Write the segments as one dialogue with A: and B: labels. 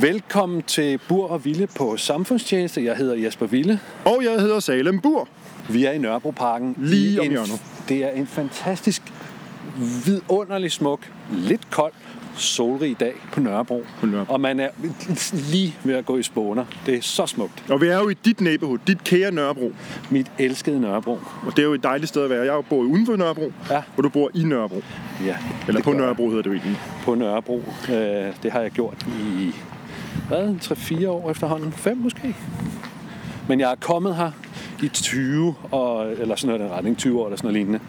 A: Velkommen til Bur og Ville på Samfundstjeneste. Jeg hedder Jesper Ville.
B: Og jeg hedder Salem Bur.
A: Vi er i Nørrebroparken.
B: Lige
A: I
B: om
A: en-
B: hjørnet.
A: Det er en fantastisk, vidunderlig smuk, lidt kold, solrig dag på Nørrebro.
B: På Nørrebro.
A: Og man er lige ved at gå i spåner. Det er så smukt.
B: Og vi er jo i dit neighborhood, dit kære Nørrebro.
A: Mit elskede Nørrebro.
B: Og det er jo et dejligt sted at være. Jeg bor jo uden for Nørrebro,
A: Ja.
B: og du bor i Nørrebro.
A: Ja,
B: Eller
A: det
B: på
A: gør jeg.
B: Nørrebro hedder det jo egentlig.
A: På Nørrebro. Øh, Det har jeg gjort i, hvad, 3-4 år efterhånden? 5 måske? Men jeg er kommet her i 20, og, eller sådan noget i den retning, 20 år eller sådan noget lignende.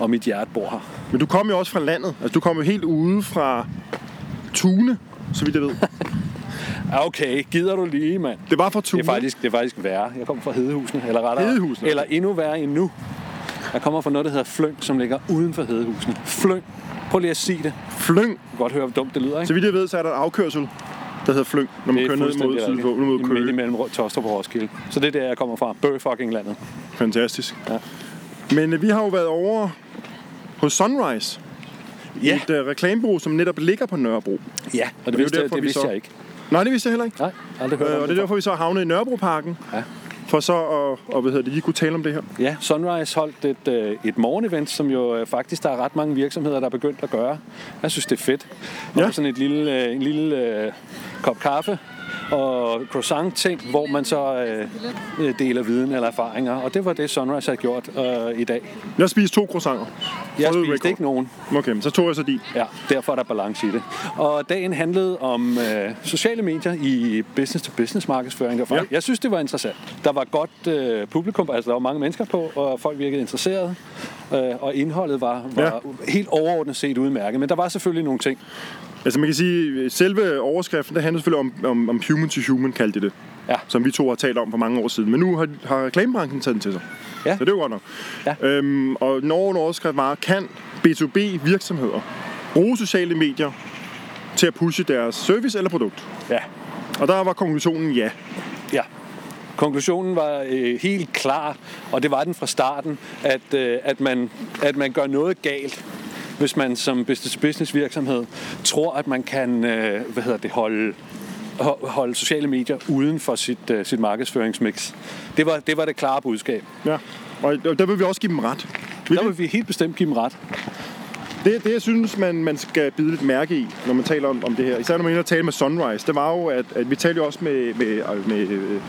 A: Og mit hjerte bor her.
B: Men du kom jo også fra landet. Altså, du kom jo helt ude fra Tune, så vidt jeg ved.
A: Ah, Okay, gider du lige, mand?
B: Det var fra Tune.
A: Det er faktisk, det er faktisk værre. Jeg kommer fra Hedehusene, eller rettere.
B: Hedehusene?
A: Eller endnu værre endnu. Jeg kommer fra noget, der hedder Fløng, som ligger uden for Hedehusene. Fløng. Prøv lige at sige det. Du
B: Flyng.
A: kan godt høre, hvor dumt det lyder, ikke?
B: Så vidt jeg ved, så er der en afkørsel, der hedder Flyng, når man kører ned mod Sydpå, ned mod
A: Midt
B: Køge.
A: imellem Tostrup og Roskilde. Så det er der, jeg kommer fra. Bøh fucking landet.
B: Fantastisk.
A: Ja.
B: Men øh, vi har jo været over hos Sunrise.
A: Ja.
B: Et øh, reklamebureau, som netop ligger på Nørrebro.
A: Ja, og det,
B: det er jo
A: vidste, jeg,
B: derfor,
A: det
B: vi
A: vidste
B: så-
A: jeg ikke.
B: Nej, det vidste jeg heller ikke.
A: Nej, aldrig hørt
B: Øh,
A: øh,
B: og
A: om
B: det
A: det.
B: er derfor, vi så havnede i Nørrebroparken,
A: Ja.
B: for så at, og, hvad hedder det, lige kunne tale om det her.
A: Ja, Sunrise holdt et, øh, et morgenevent, som jo øh, faktisk der er ret mange virksomheder, der er begyndt at gøre. Jeg synes, det er fedt.
B: Ja.
A: Ja. Og sådan et lille, øh, en lille øh, kop kaffe og croissant-ting, hvor man så øh, øh, deler viden eller erfaringer. Og det var det, Sunrise har gjort øh, i dag.
B: Jeg spiste to croissanter.
A: Jeg
B: Forløb
A: spiste
B: record.
A: ikke nogen.
B: Okay, men så tog jeg så de.
A: Ja, derfor er der balance i det. Og dagen handlede om øh, sociale medier i business-to-business markedsføring. Og folk,
B: Ja.
A: ja. Jeg synes, det var interessant. Der var godt øh, publikum, altså der var mange mennesker på, og folk virkede interesserede. Øh, og indholdet var, var ja. helt overordnet set udmærket. Men der var selvfølgelig nogle ting.
B: Altså man kan sige, øh, selve overskriften, det handler selvfølgelig om, om, om human to human, kaldte de det.
A: Ja.
B: Som vi to har talt om for mange år siden. Men nu har, har reklamebranchen taget den til sig.
A: Ja.
B: Så det er jo godt nok.
A: Ja.
B: Øhm, og når en overskrift var, kan B2B virksomheder bruge sociale medier til at pushe deres service eller produkt?
A: Ja.
B: Og der var konklusionen ja.
A: ja. Konklusionen var øh, helt klar, og det var den fra starten, at, øh, at, man, at man gør noget galt, hvis man som business-to-business virksomhed tror, at man kan øh, hvad hedder det, holde, ho- holde sociale medier uden for sit, øh, sit markedsføringsmix. Det var, det var det klare budskab.
B: ja. Og og der vil vi også give dem ret. Vi
A: Der vil vi helt bestemt give dem ret.
B: Det, det, jeg synes, man, man skal bide lidt mærke i, når man taler om, om det her, især når man er inde og tale med Sunrise, det var jo, at, at vi talte jo også med, med, med øh,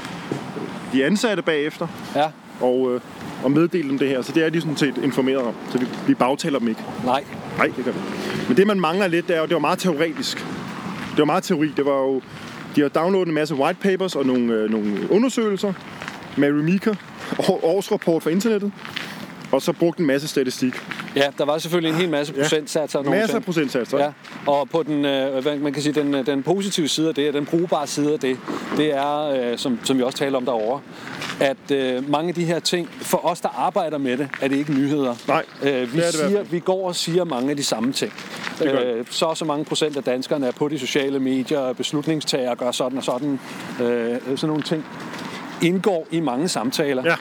B: de ansatte bagefter,
A: Ja,
B: og, øh, og meddelte dem det her, så det er de sådan set informeret om, så vi, vi bagtaler dem ikke.
A: nej.
B: Nej, det gør vi. ikke. Men det, man mangler lidt, det er jo, det var meget teoretisk. Det var meget teori. Det var jo, de har downloadet en masse white papers og nogle, øh, nogle undersøgelser. Mary Meeker, år- årsrapport fra internettet, og så brugt en masse statistik.
A: Ja, der var selvfølgelig en hel masse procentsatser. og nogle
B: Masser af
A: ting.
B: procentsatser.
A: Ja, og på den, øh, hvad man kan sige, den, øh, den positive side af det, den brugbare side af det, det er, øh, som, som vi også taler om derovre, at øh, mange af de her ting, for os, der arbejder med det, er det ikke nyheder.
B: Nej, det
A: øh,
B: er det i
A: vi,
B: hvert fald
A: siger, vi går og siger mange af de samme ting.
B: gør det.
A: Øh, så og så mange procent af danskerne er på de sociale medier, beslutningstagere gør sådan og sådan, øh, sådan nogle ting indgår i mange samtaler.
B: Ja.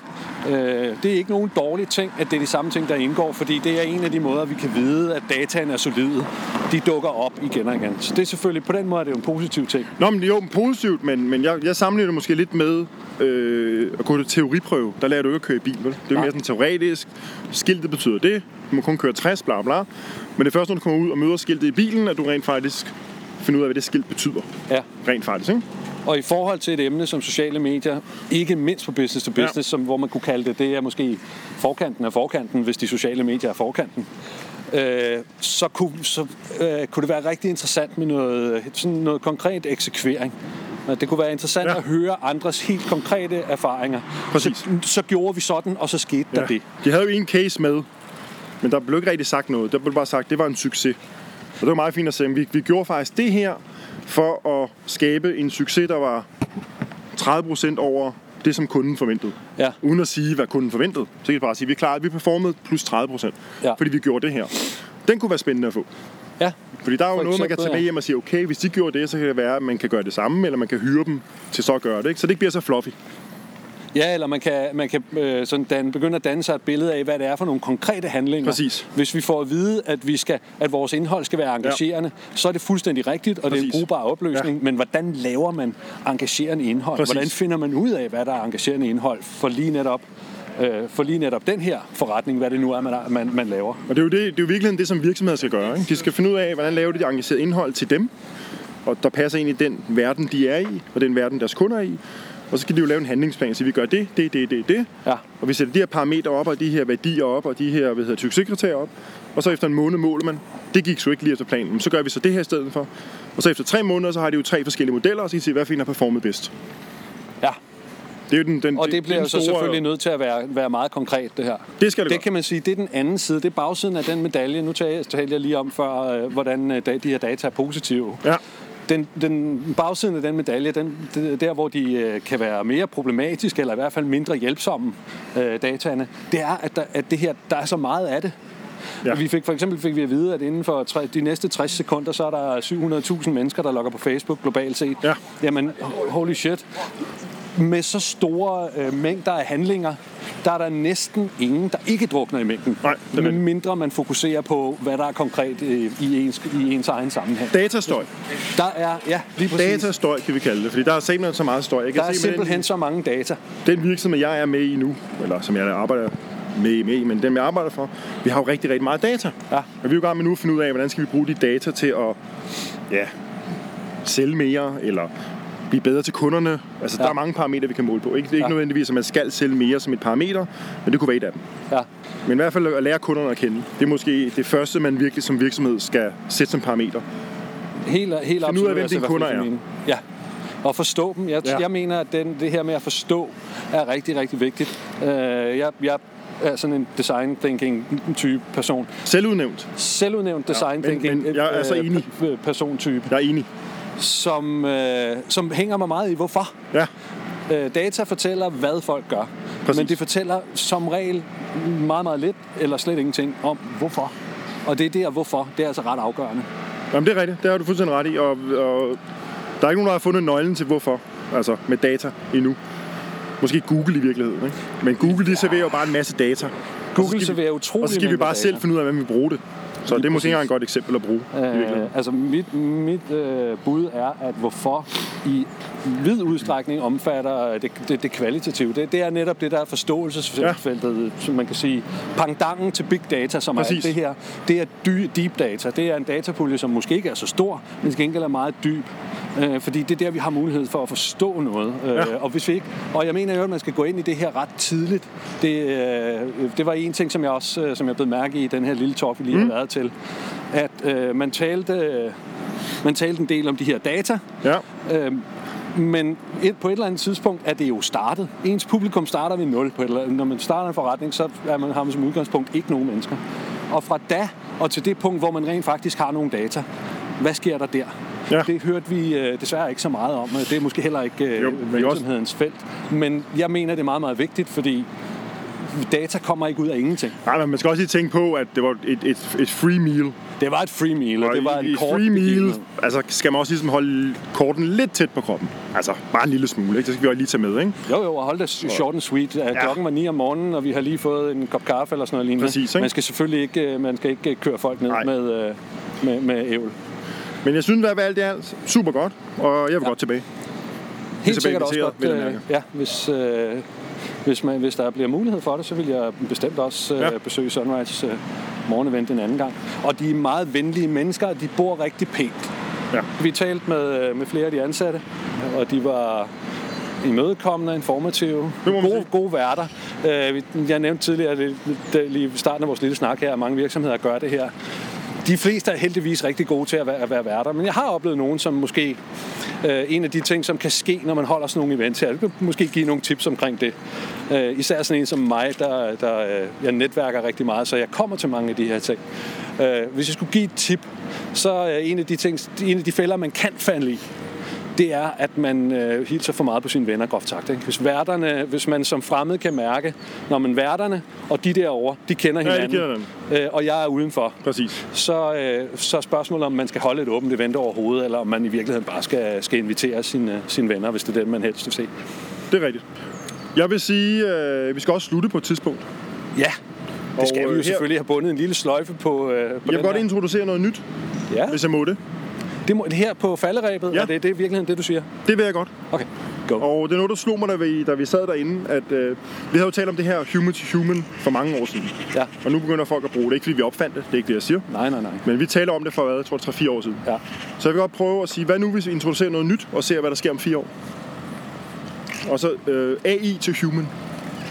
A: Øh, det er ikke nogen dårlig ting, at det er de samme ting, der indgår, fordi det er en af de måder, vi kan vide, at dataen er solide. De dukker op igen og igen. Så det er selvfølgelig, på den måde er det jo en positiv ting.
B: Nå, men jo, men positivt, men, men jeg, jeg sammenligner det måske lidt med øh, at gå til teoriprøve. Der lærer du ikke at køre i bil, vel? Det er
A: Nej.
B: mere sådan teoretisk. Skiltet betyder det. Du må kun køre 60, bla bla. Men det første, når du kommer ud og møder skiltet i bilen, at du rent faktisk finder ud af, hvad det skilt betyder.
A: Ja.
B: Rent faktisk, ikke?
A: Og i forhold til et emne som sociale medier, ikke mindst på business to business,
B: Ja.
A: ja. som, hvor man kunne kalde det, det er måske forkanten af forkanten, hvis de sociale medier er forkanten, øh, så, kunne, så øh, kunne det være rigtig interessant med noget, sådan noget konkret eksekvering. Og Det kunne være interessant
B: Ja.
A: ja. at høre andres helt konkrete erfaringer.
B: Præcis.
A: Så, så gjorde vi sådan, og så skete ja. der det.
B: De havde jo en case med, men der blev ikke rigtig sagt noget. Der blev bare sagt, at det var en succes. Og det var meget fint at se, vi, vi gjorde faktisk det her for at skabe en succes, der var 30% over det, som kunden forventede.
A: Ja.
B: Uden at sige, hvad kunden forventede. Så kan de bare sige, vi klarede, vi performede plus 30%,
A: Ja.
B: fordi vi gjorde det her. Den kunne være spændende at få.
A: Ja.
B: Fordi der er jo
A: For
B: noget, man kan
A: eksempel,
B: tage med
A: ja.
B: hjem og sige, okay, hvis de gjorde det, så kan det være, at man kan gøre det samme, eller man kan hyre dem til så at gøre det. Ikke? Så det ikke bliver så fluffy.
A: Ja, eller man kan, man kan øh, sådan dan, begynde at danne sig et billede af, hvad det er for nogle konkrete handlinger.
B: Præcis.
A: Hvis vi får at vide, at, vi skal, at vores indhold skal være engagerende, ja. så er det fuldstændig rigtigt, og Præcis. det er en brugbar opløsning. Ja. Men hvordan laver man engagerende indhold?
B: Præcis.
A: Hvordan finder man ud af, hvad der er engagerende indhold for lige netop, øh, for lige netop den her forretning, hvad det nu er, man, man, man laver?
B: Og det er jo, det, det er jo virkelig det, som virksomheder skal gøre. Ikke? De skal finde ud af, hvordan laver de det engagerede indhold til dem, og der passer ind i den verden, de er i, og den verden, deres kunder er i. Og så kan de jo lave en handlingsplan og sige, vi gør det, det, det, det, det.
A: Ja.
B: Og vi sætter de her parametre op, og de her værdier op, og de her hvad hedder, succeskriterier op. Og så efter en måned måler man, det gik så ikke lige efter planen, men så gør vi så det her i stedet for. Og så efter tre måneder, så har de jo tre forskellige modeller, og så kan de se, hvad for en har performet bedst.
A: Ja.
B: Det er jo den, den,
A: Og det
B: den-
A: bliver
B: den
A: jo så
B: store-
A: selvfølgelig nødt til at være, være meget konkret, det her.
B: Det skal det
A: Det
B: godt.
A: kan man sige, det er den anden side. Det er bagsiden af den medalje. Nu talte jeg- talte jeg lige om før, øh, hvordan øh, da- de her data er positive.
B: Ja.
A: Den, den bagsiden af den medalje, den, det- der hvor de øh, kan være mere problematiske, eller i hvert fald mindre hjælpsomme, øh, dataene, det er, at, der, at det her, der er så meget af det.
B: Ja.
A: Ja. Vi fik, for eksempel fik vi at vide, at inden for tre, de næste 60 sekunder, så er der 700.000 mennesker, der logger på Facebook globalt set.
B: Ja.
A: Jamen, holy shit med så store øh, mængder af handlinger, der er der næsten ingen, der ikke drukner i mængden.
B: Nej, det er
A: med
B: rigtigt.
A: mindre man fokuserer på, hvad der er konkret øh, i, ens, i ens egen sammenhæng.
B: Datastøj.
A: Der er, ja, lige præcis.
B: Datastøj kan vi kalde det, fordi der er simpelthen så meget støj. Jeg kan
A: der er
B: se med
A: simpelthen så mange data.
B: den, den virksomhed, jeg er med i nu, eller som jeg arbejder med, med i, E, men den jeg arbejder for, vi har jo rigtig, rigtig meget data.
A: Ja.
B: Og vi er jo i gang med nu at finde ud af, hvordan skal vi bruge de data til at ja, sælge mere, eller blive bedre til kunderne. Altså, ja.
A: Ja.
B: der er mange parametre, vi kan måle på. Ikke, det er ikke
A: Ja.
B: ja. nødvendigvis, at man skal sælge mere som et parameter, men det kunne være et af dem.
A: Ja.
B: Men i hvert fald at lære kunderne at kende. Det er måske det første, man virkelig som virksomhed skal sætte som parameter.
A: Helt, helt
B: ud af,
A: absolut.
B: hvem
A: altså,
B: dine
A: hvad
B: kunder
A: folk
B: er.
A: mener. Ja. Og forstå dem. Jeg,
B: Ja.
A: ja. jeg mener, at den, det her med at forstå er rigtig, rigtig vigtigt. Øh, jeg, jeg er sådan en design thinking type person.
B: Selvudnævnt.
A: Selvudnævnt design
B: men-
A: thinking
B: men jeg er så
A: øh,
B: enig.
A: p- person type.
B: Jeg er enig.
A: som, øh, som hænger mig meget i, hvorfor.
B: Ja.
A: Øh, data fortæller, hvad folk gør.
B: Præcis.
A: Præcis. Men det fortæller som regel meget, meget lidt, eller slet ingenting, om hvorfor. Og det er der, hvorfor. Det er altså ret afgørende.
B: Jamen, det er rigtigt. Det har du fuldstændig ret i. Og, og der er ikke nogen, der har fundet nøglen til hvorfor. Altså, med data endnu. Måske Google i virkeligheden, ikke? Men Google, de serverer jo bare en masse data.
A: Google
B: Og så skal vi-
A: serverer utrolig
B: Og så skal vi
A: mængder
B: bare
A: data.
B: selv finde ud af, hvordan vi bruger det. Så det er måske
A: præcis.
B: ikke engang et godt eksempel at bruge. i virkeligheden.
A: Øh, altså mit, mit øh, bud er, at hvorfor i vid udstrækning omfatter øh, det, det, det kvalitative. Det, det er netop det, der er forståelsesfeltet, ja. som man kan sige. Pangdangen til big data, som er
B: Præcis.
A: alt det her, det er dy, deep data. Det er en datapulje, som måske ikke er så stor, men til gengæld er meget dyb. Øh, fordi det er der, vi har mulighed for at forstå noget. Øh,
B: Ja.
A: Og hvis vi ikke... Og jeg mener jo, at man skal gå ind i det her ret tidligt. Det, øh, det var en ting, som jeg også øh, som jeg blev mærke i i den her lille talk, vi lige mm. har været til. At øh, man, talte, øh, man talte en del om de her data,
B: Ja.
A: øh, men et, på et eller andet tidspunkt er det jo startet. Ens publikum starter ved 0. På et eller andet. Når man starter en forretning, så er man, har man som udgangspunkt ikke nogen mennesker. Og fra da og til det punkt, hvor man rent faktisk har nogle data, hvad sker der der?
B: Ja.
A: Det hørte vi øh, desværre ikke så meget om. Det er måske heller ikke øh, jo,
B: Jo, men også-
A: virksomhedens felt. Men jeg mener, det er meget, meget vigtigt, fordi data kommer ikke ud af ingenting.
B: Nej, men man skal også lige tænke på, at det var et, et, et free meal.
A: Det var et free meal, og,
B: Og
A: det var
B: i-
A: en
B: i
A: kort
B: free meal,
A: begivenhed.
B: altså skal man også ligesom holde korten lidt tæt på kroppen. Altså bare en lille smule, ikke? Det skal vi også lige tage med, ikke?
A: Jo, jo, og hold da short and sweet. Ja. Klokken var 9 om morgenen, og vi har lige fået en kop kaffe eller sådan noget lignende.
B: Præcis, ikke?
A: Man skal selvfølgelig ikke, øh, man skal ikke øh, køre folk ned
B: Nej.
A: med, øh, med, med ævl.
B: Men jeg synes, hvad alt i alt super godt, og jeg vil ja. godt tilbage. tilbage
A: Helt sikkert også
B: inviteret,
A: godt,
B: vel at
A: øh,
B: mærke.
A: ja, hvis, øh, hvis, man, hvis der bliver mulighed for det, så vil jeg bestemt også øh,
B: Ja.
A: ja. besøge Sunrise øh, morgenevent en anden gang. Og de er meget venlige mennesker, og de bor rigtig pænt.
B: Ja.
A: Vi talte med, øh, med flere af de ansatte, og de var imødekommende, informative,
B: Det må man sige.
A: gode, gode værter. Øh, vi- Jeg nævnte tidligere, at det, det, lige i starten af vores lille snak her, at mange virksomheder gør det her. De fleste er heldigvis rigtig gode til at være, at være værter, men jeg har oplevet nogen, som måske... Øh, en af de ting, som kan ske, når man holder sådan nogle events her, du kan måske give nogle tips omkring det. Øh, især sådan en som mig, der, der øh, jeg netværker rigtig meget, så jeg kommer til mange af de her ting. Øh, hvis jeg skulle give et tip, så er en af de, ting, en af de fælder, man kan falde i, det er, at man øh, hilser for meget på sine venner, groft sagt. Ikke? Hvis, værterne, hvis man som fremmed kan mærke, når man værterne og de derovre, de kender
B: de
A: hinanden, øh, og jeg er udenfor,
B: Præcis.
A: så, øh, så er spørgsmålet, om man skal holde et åbent event overhovedet, eller om øh, man i virkeligheden bare skal, skal invitere sine, sine venner, hvis det er dem, man helst vil se.
B: Det er rigtigt. Jeg vil sige, øh, vi skal også slutte på et tidspunkt.
A: Ja, det skal
B: Og,
A: vi
B: øh,
A: jo
B: her-
A: selvfølgelig have bundet en lille sløjfe på, øh, på
B: Jeg vil
A: den
B: godt
A: her.
B: introducere noget nyt,
A: Ja,
B: hvis jeg må det.
A: det må, her på falderæbet,
B: Ja.
A: ja. og det, det er i virkeligheden det, du siger.
B: Det vil jeg godt.
A: Okay, go.
B: Og det er noget, der slog mig, da vi, da vi sad derinde, at øh, vi havde jo talt om det her human to human for mange år siden.
A: Ja.
B: Og nu begynder folk at bruge det. Ikke fordi vi opfandt det, det er ikke det, jeg siger.
A: Nej, nej, nej.
B: Men vi taler om det for, hvad, jeg tror, 3-4 år siden.
A: Ja.
B: Så jeg vil godt prøve at sige, hvad nu hvis vi introducerer noget nyt, og ser, hvad der sker om 4 år. Og så øh, AI til human.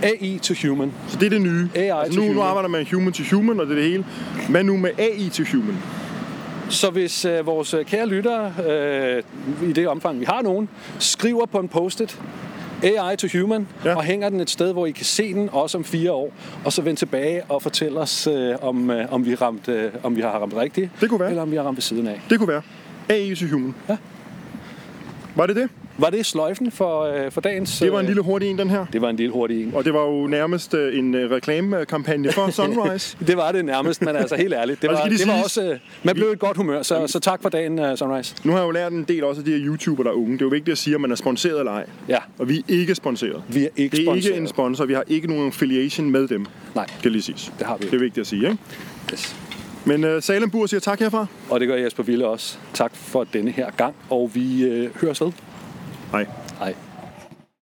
A: AI to human.
B: Så det er det nye.
A: AI
B: altså,
A: til
B: nu, nu
A: human.
B: arbejder man human to human, og det er det hele. Men nu med AI til human.
A: Så hvis øh, vores øh, kære lyttere, øh, i det omfang vi har nogen, skriver på en post-it, AI to human,
B: Ja.
A: ja. og hænger den et sted, hvor I kan se den, også om fire år, og så vend tilbage og fortæl os, øh, om, øh, om, vi ramt, øh, om vi har ramt rigtigt,
B: Det kunne være.
A: eller om vi har ramt ved siden af.
B: Det kunne være. AI til human.
A: Ja.
B: Var det det?
A: Var det sløjfen for, øh, for dagens...
B: Det var en
A: øh,
B: lille hurtig en, den her.
A: Det var en lille hurtig en.
B: Og det var jo nærmest øh, en øh, reklamekampagne for Sunrise.
A: Det var det nærmest, men altså helt ærligt. Det
B: Og
A: var,
B: skal lige
A: det var
B: siges-
A: også, øh, man blev i et godt humør, så, så tak for dagen, øh, Sunrise.
B: nu har jeg jo lært en del også af de her YouTuber, der er unge. Det er jo vigtigt at sige, om man er sponsoreret eller ej.
A: Ja,
B: Og vi er ikke sponsoreret.
A: vi er ikke
B: Det er
A: sponsoreret.
B: ikke en sponsor. Vi har ikke nogen affiliation med dem.
A: Nej,
B: Skal lige siges.
A: det har vi
B: Det er
A: ikke.
B: vigtigt at sige, ikke?
A: Yes.
B: Men øh, Salem Bur siger tak herfra.
A: Og det gør Jesper Ville også. Tak for denne her gang, og vi øh, høres ved.
B: Hej.
A: Hej.